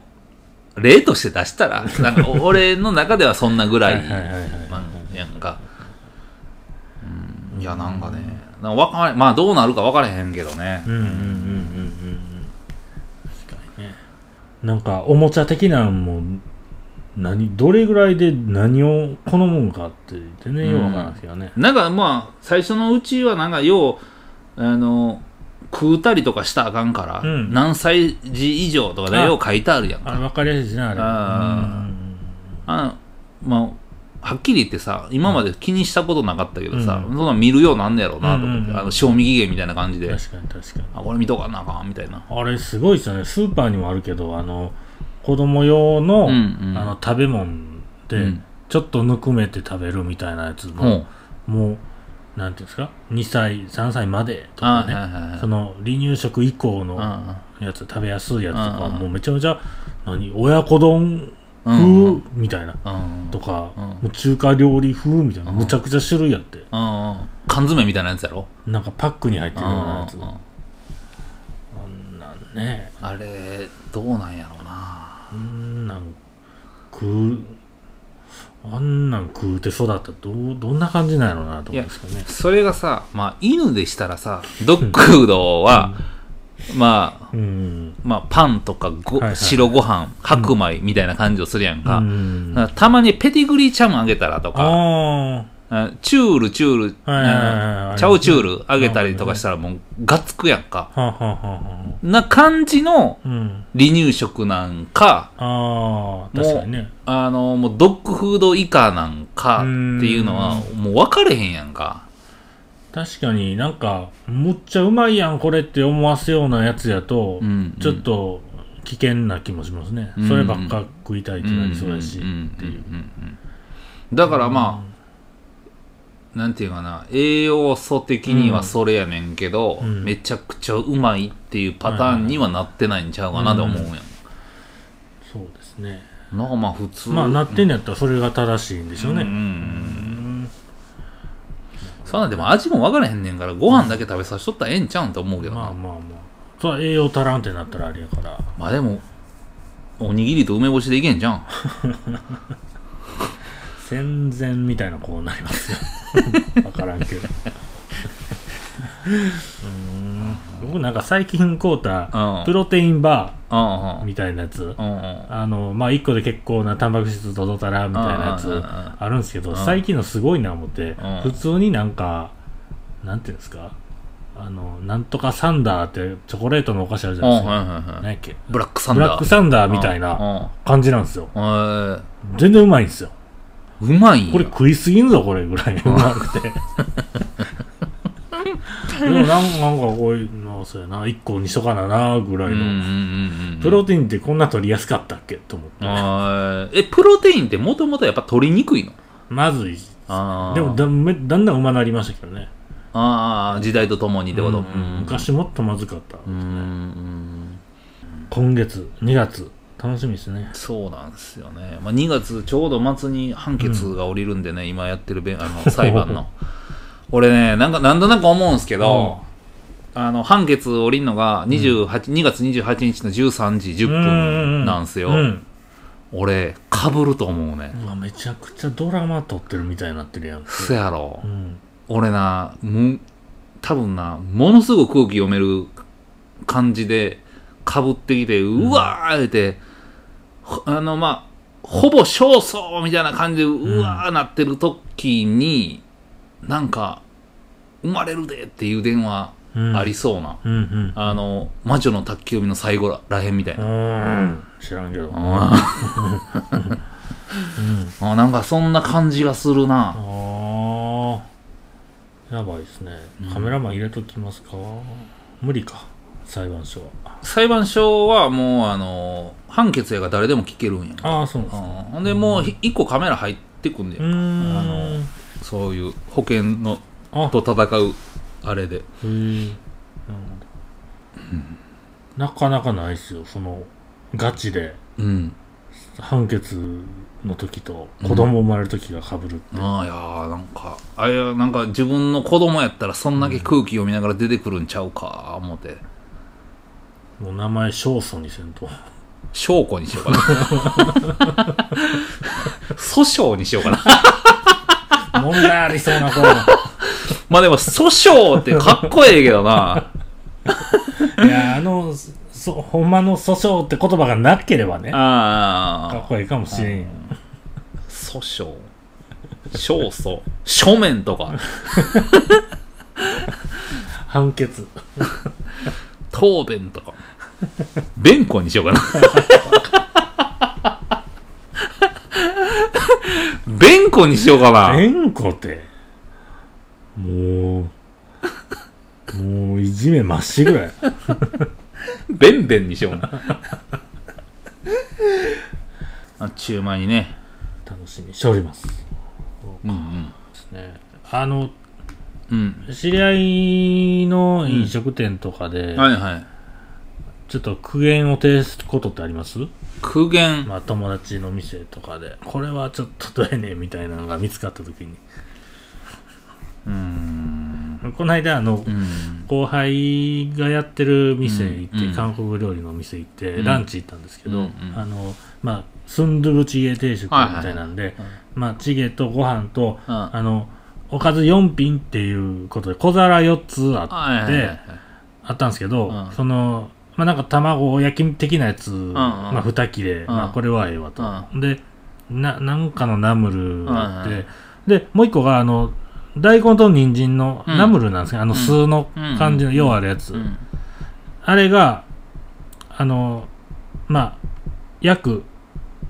A: ー、例として出したら、なんか、お俺の中ではそんなぐらい、
B: はいはいはいはい
A: まあやんか。うん、いや、なんかね、なんかわかんまあ、どうなるか分からへんけどね。
B: うんうんうんうんうんうん確かにねなんかおもちゃ的なんも何どれぐらいで何を好むんかって全然よくわからないですよね、
A: なんかまあ最初のうちはなんかようあの食うたりとかしたらあかんから、
B: うん
A: 何歳児以上とかで
B: あ
A: よう書いてあるやん
B: あ
A: か
B: れわかりやすいですねあれ
A: ああまあはっきり言ってさ今まで気にしたことなかったけどさ、
B: う
A: そんなん見るようなんねやろうなと思って、
B: うんうんうん
A: あの賞味期限みたいな感じ
B: うん
A: で、
B: うん確かに確かに
A: あこれ見とかなあかんみたいな
B: あれすごいですよねスーパーにもあるけどあの子供用の,、
A: うんうん
B: あの食べ物で、
A: うん
B: ちょっとぬくめて食べるみたいなやつ
A: ほう
B: も、もうなんていうんですか2歳3歳までと
A: あは
B: か
A: いはい
B: ね
A: はい
B: その離乳食以降の
A: あ
B: やつ食べやすいやつとか
A: うんうん
B: もうめちゃめちゃ何親子丼風
A: うんう
B: みたいな
A: あうん
B: とか、
A: うん
B: もう中華料理風みたいなむちゃくちゃ種類あって
A: うんうん缶詰みたいなやつやろ
B: なんかパックに入ってるようなやつ
A: うんうんうん
B: あんなんね
A: あれどうなんやろうな
B: あんなん食うあんなん食うて育ったらどうどんな感じなんやろうなと思うんですけどね
A: それがさ、まあ、犬でしたらさ、ドッグフードは、まあ、
B: うん
A: まあ、パンとかご、
B: はいはい
A: 白ご飯、白米みたいな感じをするやんか。
B: うん
A: だからたまにペティグリーチャムあげたらとか、
B: あ
A: あチュールチュール、
B: はいはいはいはい
A: チャウチュールあげたりとかしたらもう、がっつくやんか。
B: あはあはあはあ
A: な感じの
B: うん
A: 離乳食なんか、
B: ああ確かにね
A: あの、もうドッグフード以下なんかっていうのは、もう分かれへんやんか。
B: 確かになんかむっちゃうまいやんこれって思わせようなやつやと、
A: うん
B: ちょっと危険な気もしますね、
A: うん
B: そればっか食いたいってなりそうやしっていう
A: だからまあ、なんていうかな栄養素的にはそれやねんけど、
B: うん
A: めちゃくちゃうまいっていうパターンにはなってないんちゃうかなと思うやん、
B: そうですね
A: なんかまあ普通
B: まあなっ
A: ん
B: てんやったらそれが正しいんでしょうね、
A: うんうんうんそんなんでも味も分からへんねんからご飯だけ食べさせとったらええんちゃうんと思うけどな、
B: まあ
A: ま
B: まあまあそれ栄養足らんってなったらあれやから
A: あ、でもおにぎりと梅干しでいけんじゃ ん
B: 戦前みたいなこうなりますよ わからんけどうーん僕なんか最近買う
A: う
B: た
A: ん
B: プロテインバ
A: うん
B: ーみたいなやつ
A: うんうんうん
B: あのまあ1個で結構なタンパク質とどたらみたいなや
A: うんうん
B: つ
A: うんうん
B: あるんですけど最近のすごいな思って
A: ん
B: 普通になんかなんていうんですかあのなんとかサンダーってチョコレートのお菓子あるじゃ
A: うん
B: な
A: う
B: い
A: ん
B: ですか
A: うんうん
B: 何やっけ
A: ブラックサン
B: ブ
A: ダー
B: ラックサンダーみたいな感じなんですよ
A: うんうんうん
B: 全然うまいんですよ
A: うまいんや
B: これ食いすぎんぞこれぐらいうま くてでもなんなんかこういうのそうやな1個にしとかななぐら
A: うん
B: い
A: うんう
B: の
A: んうん
B: プロテインってこんな取りやすかったっけと思って
A: あーえプロテインってもともとやっぱ取りにくいの
B: まずい
A: あー
B: でもだめだんだんうまなりましたけどね
A: あー時代とともにってこと
B: うん
A: うん
B: 昔もっとまずかった、
A: うんうん
B: 今月2月楽しみですね
A: そうなんですよね、まあ、2月ちょうど末に判決が下りるんでね、今やってるべあの裁判 の俺ねなんかなんとなく思うんですけど、あの判決下りるのが28、2月28日の13時10分なんですよ、
B: うん
A: 俺かぶると思うね、
B: うわめちゃくちゃドラマ撮ってるみたいになってるやん
A: そやろ、
B: うん
A: 俺なむ多分なものすごく空気読める感じでかぶってきてうわー言うて、ほあのまあほぼ焦燥みたいな感じでうわーなってる時に、なんか生まれるでっていう電話
B: うん
A: ありそうな、
B: うんうん
A: あの魔女の宅急便の最後ららへんみたいな、
B: うん知らんけどうん
A: あ
B: あ
A: ーなんかそんな感じがするな、
B: ーやばいですねカメラマン入れときますか無理か裁判所は
A: 裁判所はもうあの判決やが誰でも聞けるんや
B: ああそうなんですね
A: ほんでもうひ一個カメラ入ってくんで、
B: うーん
A: そういう保険の
B: あ
A: と戦うあれで
B: へえなるほどなかなかないっすよそのガチで
A: うん
B: 判決の時と子供生まれる時が被るって、
A: ああいやーなんかあいやなんか自分の子供やったらそんだけ空気読みながら出てくるんちゃうか思って
B: もう名前勝訴にせんと
A: 証拠にしようかな訴訟にしようかな
B: 問題ありそうな子 い
A: まあでも訴訟ってかっこええけどな
B: やあのそほんまの訴訟って言葉がなければねか
A: ああ
B: っこいいかもしれんよ
A: 訴訟勝訴書面とか
B: 判決
A: 答弁とか弁護にしようかな弁護にしようかな
B: 弁護ってもうもういじめまっしぐらい
A: 弁弁にしようなあっちゅう間にね
B: 楽しみにしておりますで
A: うんうん
B: すねあの
A: うん
B: 知り合いの飲食店とかで、
A: はいはい
B: ちょっと苦言を呈すことってあります
A: 苦言
B: まあ友達の店とかで、これはちょっとどうやねんみたいなのが見つかった時に。この間あの、
A: うん
B: 後輩がやってる店行って、
A: うん
B: 韓国料理の店行って、
A: うん
B: ランチ行ったんですけど、
A: うんうん
B: あの、まあ、スンドゥブチゲ定食みたいなんで、
A: はいはい
B: まあ、チゲとご飯と、
A: うん
B: あの、おかず4品っていうことで、小皿4つ
A: はい
B: あっ
A: は
B: て、
A: いはいはい
B: あったんですけど、
A: うん
B: その、まあ、なんか卵焼き的なやつ、まあ、2切れ、まあ、これはええわと、でななんかのナムルがあって、
A: うんう
B: でもう一個があの大根と人参の
A: うん
B: ナムルなんですけど、あの酢の感じの、
A: うん
B: ようあるやつ、
A: うん
B: あれがあのまあ約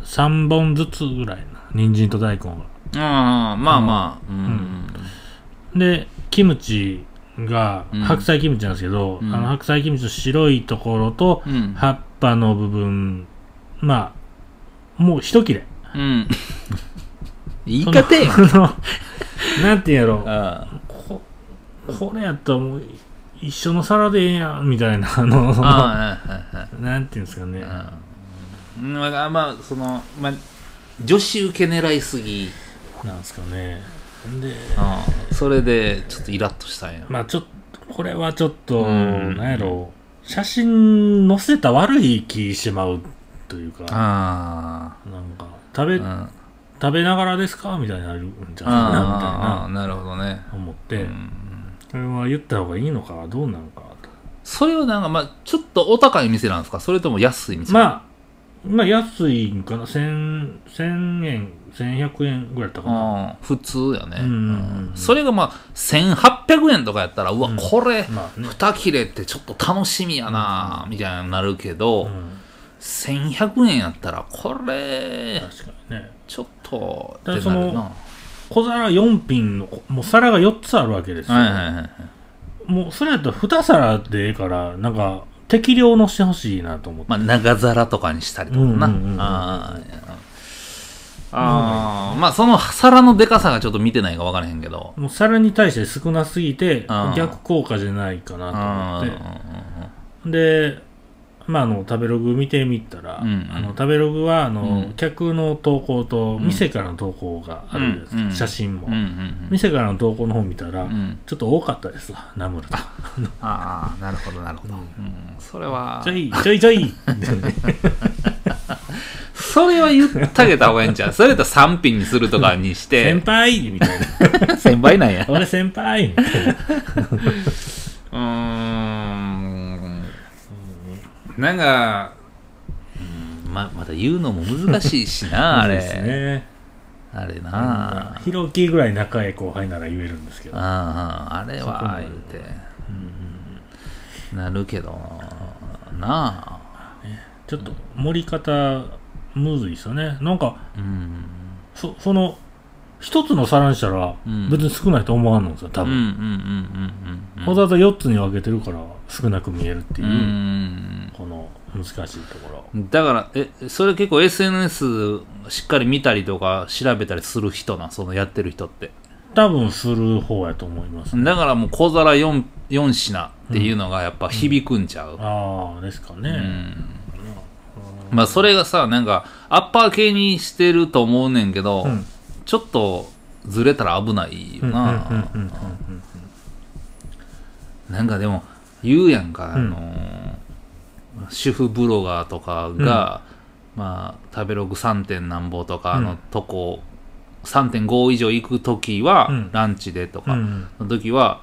B: 3本ずつぐらいな人参と大根が
A: ああまあまあうん
B: でキムチが
A: うん
B: 白菜キムチなんですけど、
A: うん
B: あの白菜キムチの白いところと
A: うんうん
B: 葉っぱの部分まあもう一切れ
A: うん言い方やん
B: そ のなんて言うんやろ
A: あー
B: ここれやったらもう一緒の皿でええやんみたいなあの
A: あーはいはいはい
B: なんていうんですかね、
A: うん、まあ、まあ、その、まあ、女子受け狙いすぎ、
B: なんですかねで
A: それで、ちょっとイラッとしたんや。
B: まあちょっとこれはちょっと、
A: うん
B: なんやろ写真載せた悪い気しまうというか、
A: あ
B: なんか食べ、
A: あ、うん、
B: 食べながらですかみたいになるんじゃないかなみたい
A: あーあー、
B: な
A: なるほどね。
B: 思って、
A: うん
B: これは言った方がいいのかどうなのかと
A: それはなんか、まあ、ちょっとお高い店なんですかそれとも安い店
B: まあ、まあ安いんかな、千、千円、千百円ぐらいだったかな。
A: あー普通やね、う
B: うんうんうん
A: んそれがまあ、1800円とかやったら、うわ、
B: うん
A: これ、
B: まあね。
A: 2切れってちょっと楽しみやな、みたいになるけど、
B: うん、
A: 1100円やったら、これ、
B: 確かにね。
A: ちょっとっ
B: だから
A: てなる
B: その
A: な
B: 小皿4品の、こもう皿が4つあるわけですよ。
A: はいはいはいはい
B: もうそれやったら2皿でええから、なんか適量のしてほしいなと思って。
A: まあ長皿とかにしたりとかな、
B: うんうんうん
A: あーいやあーまあその皿のでかさがちょっと見てないか分からへんけど
B: もう皿に対して少なすぎて
A: あー、
B: 逆効果じゃないかなと
A: あ
B: 思って。で、まあ、あの食べログ見てみたら、
A: うんうん
B: あの食べログはあの、
A: うん
B: 客の投稿と
A: ん
B: 店からの投稿があるんです、
A: うんうん
B: 写真も、
A: うんうんうん
B: 店からの投稿の方見たら、
A: うん
B: ちょっと多かったですわナムルが
A: ああなるほどなるほど、
B: うん
A: うんそれは
B: ちょいちょいちょ いってね
A: それは言ってあげた方がいいんちゃうそれと賛否にするとかにし
B: 先
A: て
B: 輩みたいな
A: 先輩なんや
B: 俺先輩みたい な
A: うーんなんか、うんま、まだ言うのも難しいし な、あ
B: そう
A: れ。
B: ですね
A: あれなあ
B: ひろきぐらい仲いい後輩なら言えるんですけど、
A: ああれは、言うて、なるけど、なあ。
B: ちょっと盛り方むずいですよねなんか
A: うん。
B: そその一つの皿にしたら
A: うん
B: 別に少ないと思わんのですよ多
A: うんうんうん
B: 分、
A: うんうん。
B: わざわざ4つに分けてるから少なく見えるっていうう、
A: ん。
B: この難しいところ
A: だから、え、それ結構 SNS しっかり見たりとか調べたりする人なん、そのやってる人って。
B: 多分する方やと思います、
A: だからもう小皿 4, 四品っていうのがやっぱ響くんちゃう、
B: ああですかね、
A: まあそれがさなんかアッパー系にしてると思うねんけど、
B: うん
A: ちょっとずれたら危ないよ
B: うんうん
A: な、
B: うんうん
A: なんかでも言うやんか、
B: ん
A: あのー主婦ブロガーとかが、まあ食べログ 3. 点なんぼとかあ
B: う
A: の
B: ん
A: とこ、3.5以上行く時は、
B: うん
A: ランチでと
B: う
A: か、
B: ん
A: の時は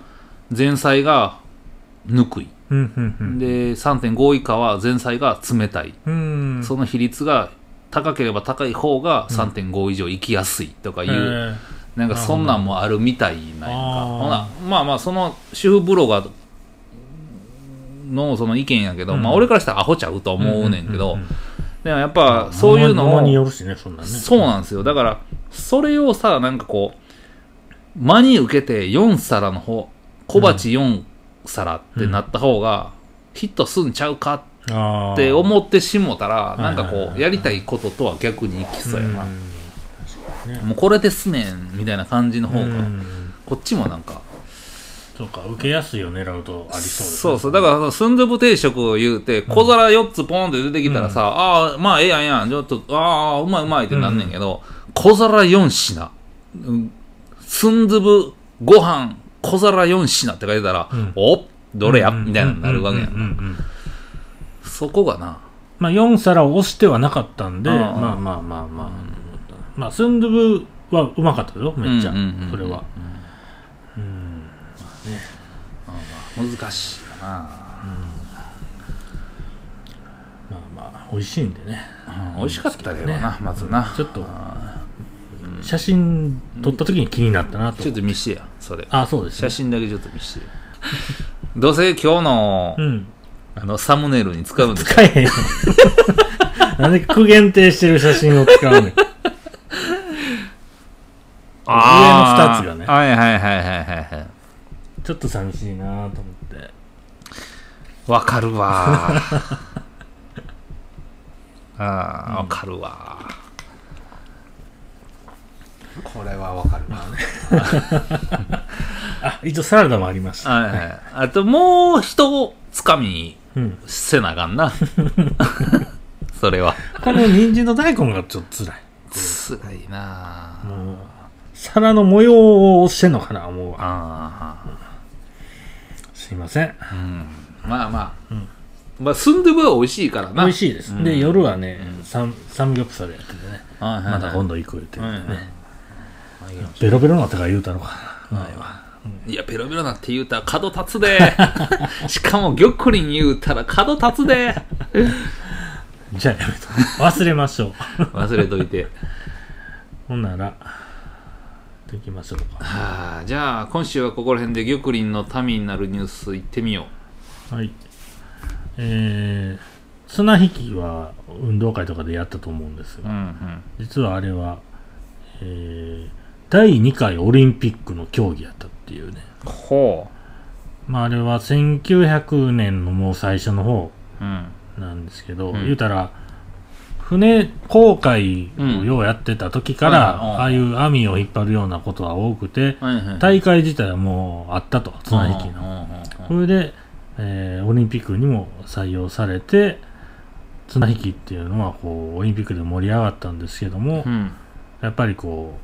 A: 前菜がぬくい
B: うんうんうん
A: で3.5以下は前菜が冷たい、
B: うん
A: その比率が高ければ高い方が3.5以上行きやすいとかいう、
B: えー
A: なんかそんなんもあるみたいなんやんか
B: あー
A: ほなまあまあその主婦ブロガーのその意見やけど、
B: うん
A: まあ俺からしたらアホちゃうと思うねんけど、
B: うんうんうん
A: でもやっぱそういうの
B: も
A: を、
B: のによるしねそんなね
A: そうなんですよだからそれをさなんかこう間に受けて4皿の方小鉢4皿ってなった方がヒットすんちゃうかって
B: あー
A: って思ってしもたら
B: ー
A: なんかこ
B: は
A: うやりたいこととは逆にいきそうやな、
B: ん
A: もうこれですねんみたいな感じの方が、
B: うん
A: こっちもなんか
B: そうか受けやすいを狙うとありそうです、ね、
A: そうそうだからスンドゥブ定食を言うて小皿4つポンって出てきたらさ、ああまあええやんええやんちょっとああうまいうまいってなんねんけど、小皿4品、うん、スンドゥブご飯小皿4品って書いてたら、
B: うん
A: おどれや、
B: うん
A: みたいなのになるわけやん,、
B: うんうんうんうん
A: そこがな
B: まあ、4皿を押してはなかったんで、
A: うんうん
B: まあまあまあまあ、まあ、スンドゥブはうまかったよ、めっちゃ、
A: うんうんうんうん
B: それは。
A: 難しいかな
B: まあまあ、美味しいんでね。
A: 美味しかったけどな、まずな。
B: ちょっと、写真撮った時に気になったなと。
A: ちょっと見してや、それ。
B: あ、そうです、
A: 写
B: ね。
A: 真だけちょっと見してよ。どうせ今日の
B: う、ん。
A: あの、サムネイルに使うんで
B: 使えへん よ。なんで区限定してる写真を使うのよ
A: あー
B: 上の二つがね
A: はいはいはいはいはいはい。
B: ちょっと寂しいなと思って。
A: わかるわー。 ああ、わかるわー。これはわかるわ。
B: あ、一応サラダもありました。
A: はいはい。あともう一つかみ
B: うん。
A: せなあかん な。それは。
B: この人参の大根がちょっと辛い。
A: つらいなあ
B: もう、皿の模様を押してんのかな、もう。あ
A: あー。
B: すいません。
A: うんまあまあ、まあスンドゥブは美味しいからな
B: 美味しいです、
A: うん
B: で夜はね、サムサムギョプサルやっててね、
A: はいはいはい
B: また今度行こうって言って
A: はいは
B: ね、ベロベロになったから言うたのかな前はい
A: やペロペロなって言うたら角立つ でしかも玉林言うたら角立つで
B: じゃあやめと忘れましょう
A: 忘れといて
B: ほんなら行きましょうか
A: はあじゃあ今週はここら辺で玉林の民になるニュース行ってみよう
B: はいえー、綱引きは運動会とかでやったと思うんです
A: う
B: が、
A: んうん
B: 実はあれは、えー、第2回オリンピックの競技やったっていうね
A: ほ
B: まああれは1900年のもう最初の方
A: ううん
B: なんですけど、
A: うん
B: 言うたら船航海をようやってた時から、
A: うん
B: ああいう網を引っ張るようなことは多くて、
A: はいはい
B: 大会自体はもうあったと綱引きの、
A: の
B: それで、えーオリンピックにも採用されて、綱引きっていうのはこうオリンピックで盛り上がったんですけども、
A: うん
B: やっぱりこ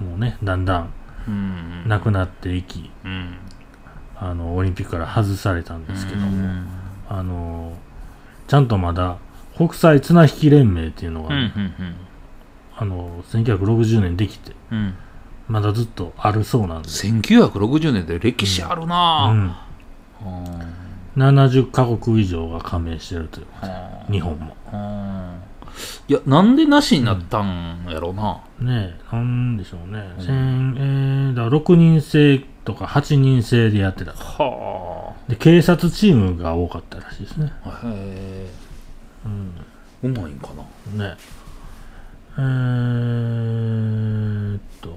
B: うもうねだんだん
A: うん
B: なくなっていき
A: うん
B: あのオリンピックから外されたんですけども、
A: うん
B: あのちゃんとまだ国際綱引き連盟っていうの
A: う
B: が、
A: んうん
B: あの1960年できて
A: うんうん
B: まだずっとあるそうなんです、
A: 1960年で歴史ある
B: う
A: なぁ
B: ん、
A: うん
B: 70カ国以上が加盟してるという日本も
A: うんいやなんでなしになったんやろうな
B: ねえなんでしょうね、
A: うん
B: せんえーだから6人制とか8人制でやってた
A: は
B: で警察チームが多かったらしいですね、
A: あへ
B: うん、
A: えうまいんかな
B: ねえーっと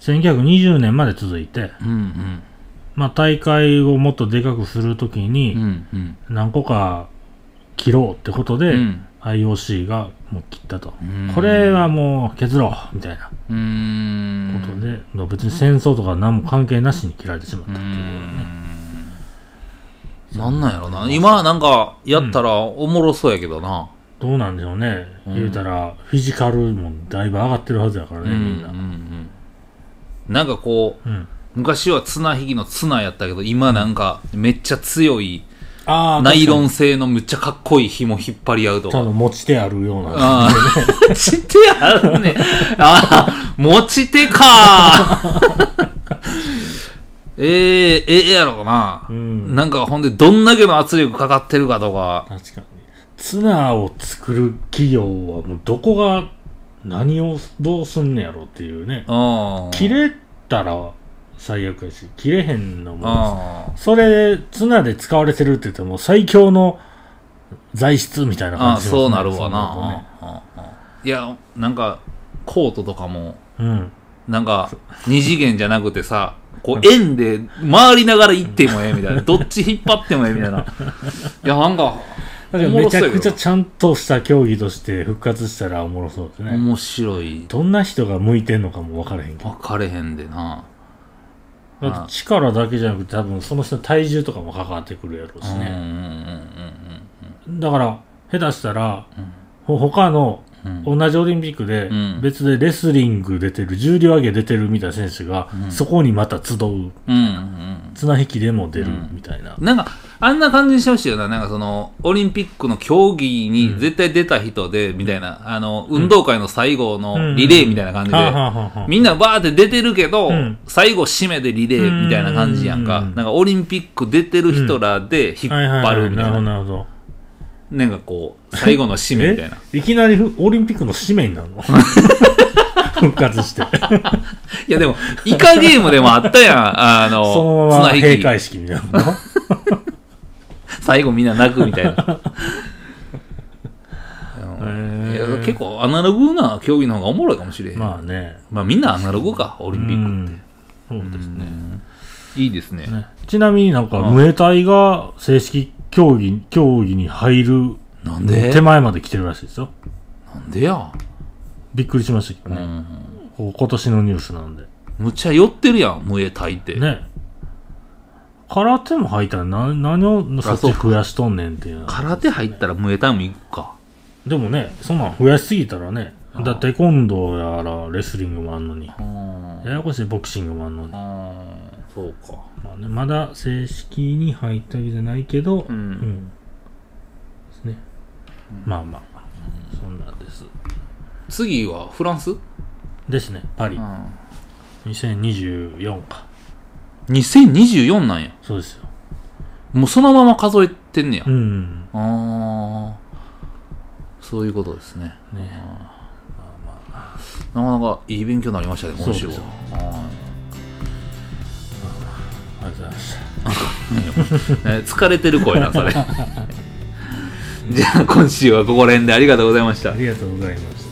B: 1920年まで続いて、
A: うん
B: まあ、大会をもっとでかくするとき
A: うんう
B: に
A: んうん
B: 何個か切ろうってことで、
A: うん
B: IOC がもう切ったと、
A: うん
B: これはもう削ろうみたいな
A: うーん
B: ことで、まあ別に戦争とか何も関係なしに切られてしまっ
A: う
B: たっていうね、
A: ーんなんなんやろな今なんかやったらおもろそうやけどな
B: どうなんでしょうね、
A: うん
B: 言うたらフィジカルもだいぶ上がってるはずやから
A: うん
B: ね、
A: うん
B: みんな、
A: うんなんかこう
B: うん、
A: 昔は綱引きの綱やったけど今なんかめっちゃ強い
B: あ
A: ナイロ
B: ン
A: ン製のむっちゃかっこいい紐引っ張り合うと
B: 多
A: か
B: 分持ち手あるような
A: ああ、持ち手あるね。 ああ、持ち手か。 ええええやろうな。
B: うん
A: なんかほんで、どんだけの圧力かかってるかとか。
B: 確かにツナを作る企業はもうどこが何をどうすんねやろっていうね
A: うん。
B: 切れたら最悪やし切れへんのも
A: あ
B: それツナで使われてるって言っても最強の材質みたいな
A: あ
B: 感
A: あ、
B: じですね
A: そうなるわ
B: そうる
A: な。うんうんいや、なんか、コートとかも、
B: とね
A: なんか、二次元じゃなくてさ、こう、円で回りながら行ってもええみたいな。どっち引っ張ってもええみたいな。いや、なんか、
B: うんだからめちゃくちゃちゃんとした競技として復活したらおもろそうですね、
A: 面白い。
B: どんな人が向いてんのかも分からへんけど
A: 分かれへんでな。
B: だって力だけじゃなくて多分その人の体重とかも関わってくるやろうし
A: うんうん
B: ね、だから下手したら
A: うん
B: ほ他の
A: うんうんうん
B: 同じオリンピックで
A: うん
B: 別でレスリング出てる重量上げ出てるみたいな選手が
A: うん
B: そこにまた集う
A: うんうん
B: 綱引きでも出る
A: うん
B: みたいな、
A: なんか、あんな感じにしてほしいよな。なんかその、オリンピックの競技に絶対出た人で、みたいな、あの、運動会の最後のリレーみたいな感じ
B: はあは
A: で、
B: あはあはあ
A: みんなバーって出てるけど
B: うん、
A: 最後締めでリレーみたいな感じやんか。
B: うん
A: なんかオリンピック出てる人らで引っ
B: はいはい
A: 張
B: は
A: る
B: い
A: み
B: な
A: た
B: る
A: い
B: ほど
A: な。
B: なるほど
A: なんかこう、最後の締めみたいな。
B: えいきなりふオリンピックの使命になるの 復活して
A: いやでも、イカゲームでもあったやん。あの、
B: そのまま
A: 綱引き
B: 閉会式みたいなの
A: 最後みんな泣くみたいな。
B: ー
A: いや結構アナログな競技の方がおもろいかもしれへん。まあ、
B: まあね
A: みんなアナログか、オリンピック。
B: うんそうですね、
A: いいですね。
B: ねちなみになんか、
A: うん
B: ムエタイが正式競技、競技に入る
A: なんで
B: 手前まで来てるらしいですよ。
A: なんでや、
B: びっくりしました
A: う
B: けどね。
A: ん。
B: こう今年のニュースなんで。
A: むっちゃ寄ってるやん、ムエタイって。
B: ね。空手も入ったらな何をそっち増やしとんねんっていうの。
A: 空手入ったらムエタイも行くか。
B: でもね、そんなん増やしすぎたらね
A: あ、ー
B: だってテコンドーやらレスリングもあんのに、
A: うん。
B: ややこしいボクシングもあんの
A: う
B: に。
A: んそうか。
B: まあね、まだ正式に入ったわけじゃないけど、
A: うん
B: ですね。まあまあ、そんなんです。
A: 次はフランス、う
B: ですね、パリ。
A: ん、
B: 2024か。
A: ?2024 なんや。
B: そうですよ。
A: もうそのまま数えてんねや。
B: うん。
A: ああ、そういうことですね。
B: ね。
A: なかなかいい勉強になりましたね、今週は
B: そう。
A: はいね
B: ありがとうございました。
A: 疲れてる声な、それ。じゃあ今週はここら辺でありがとうございました
B: あ。りがとうございました。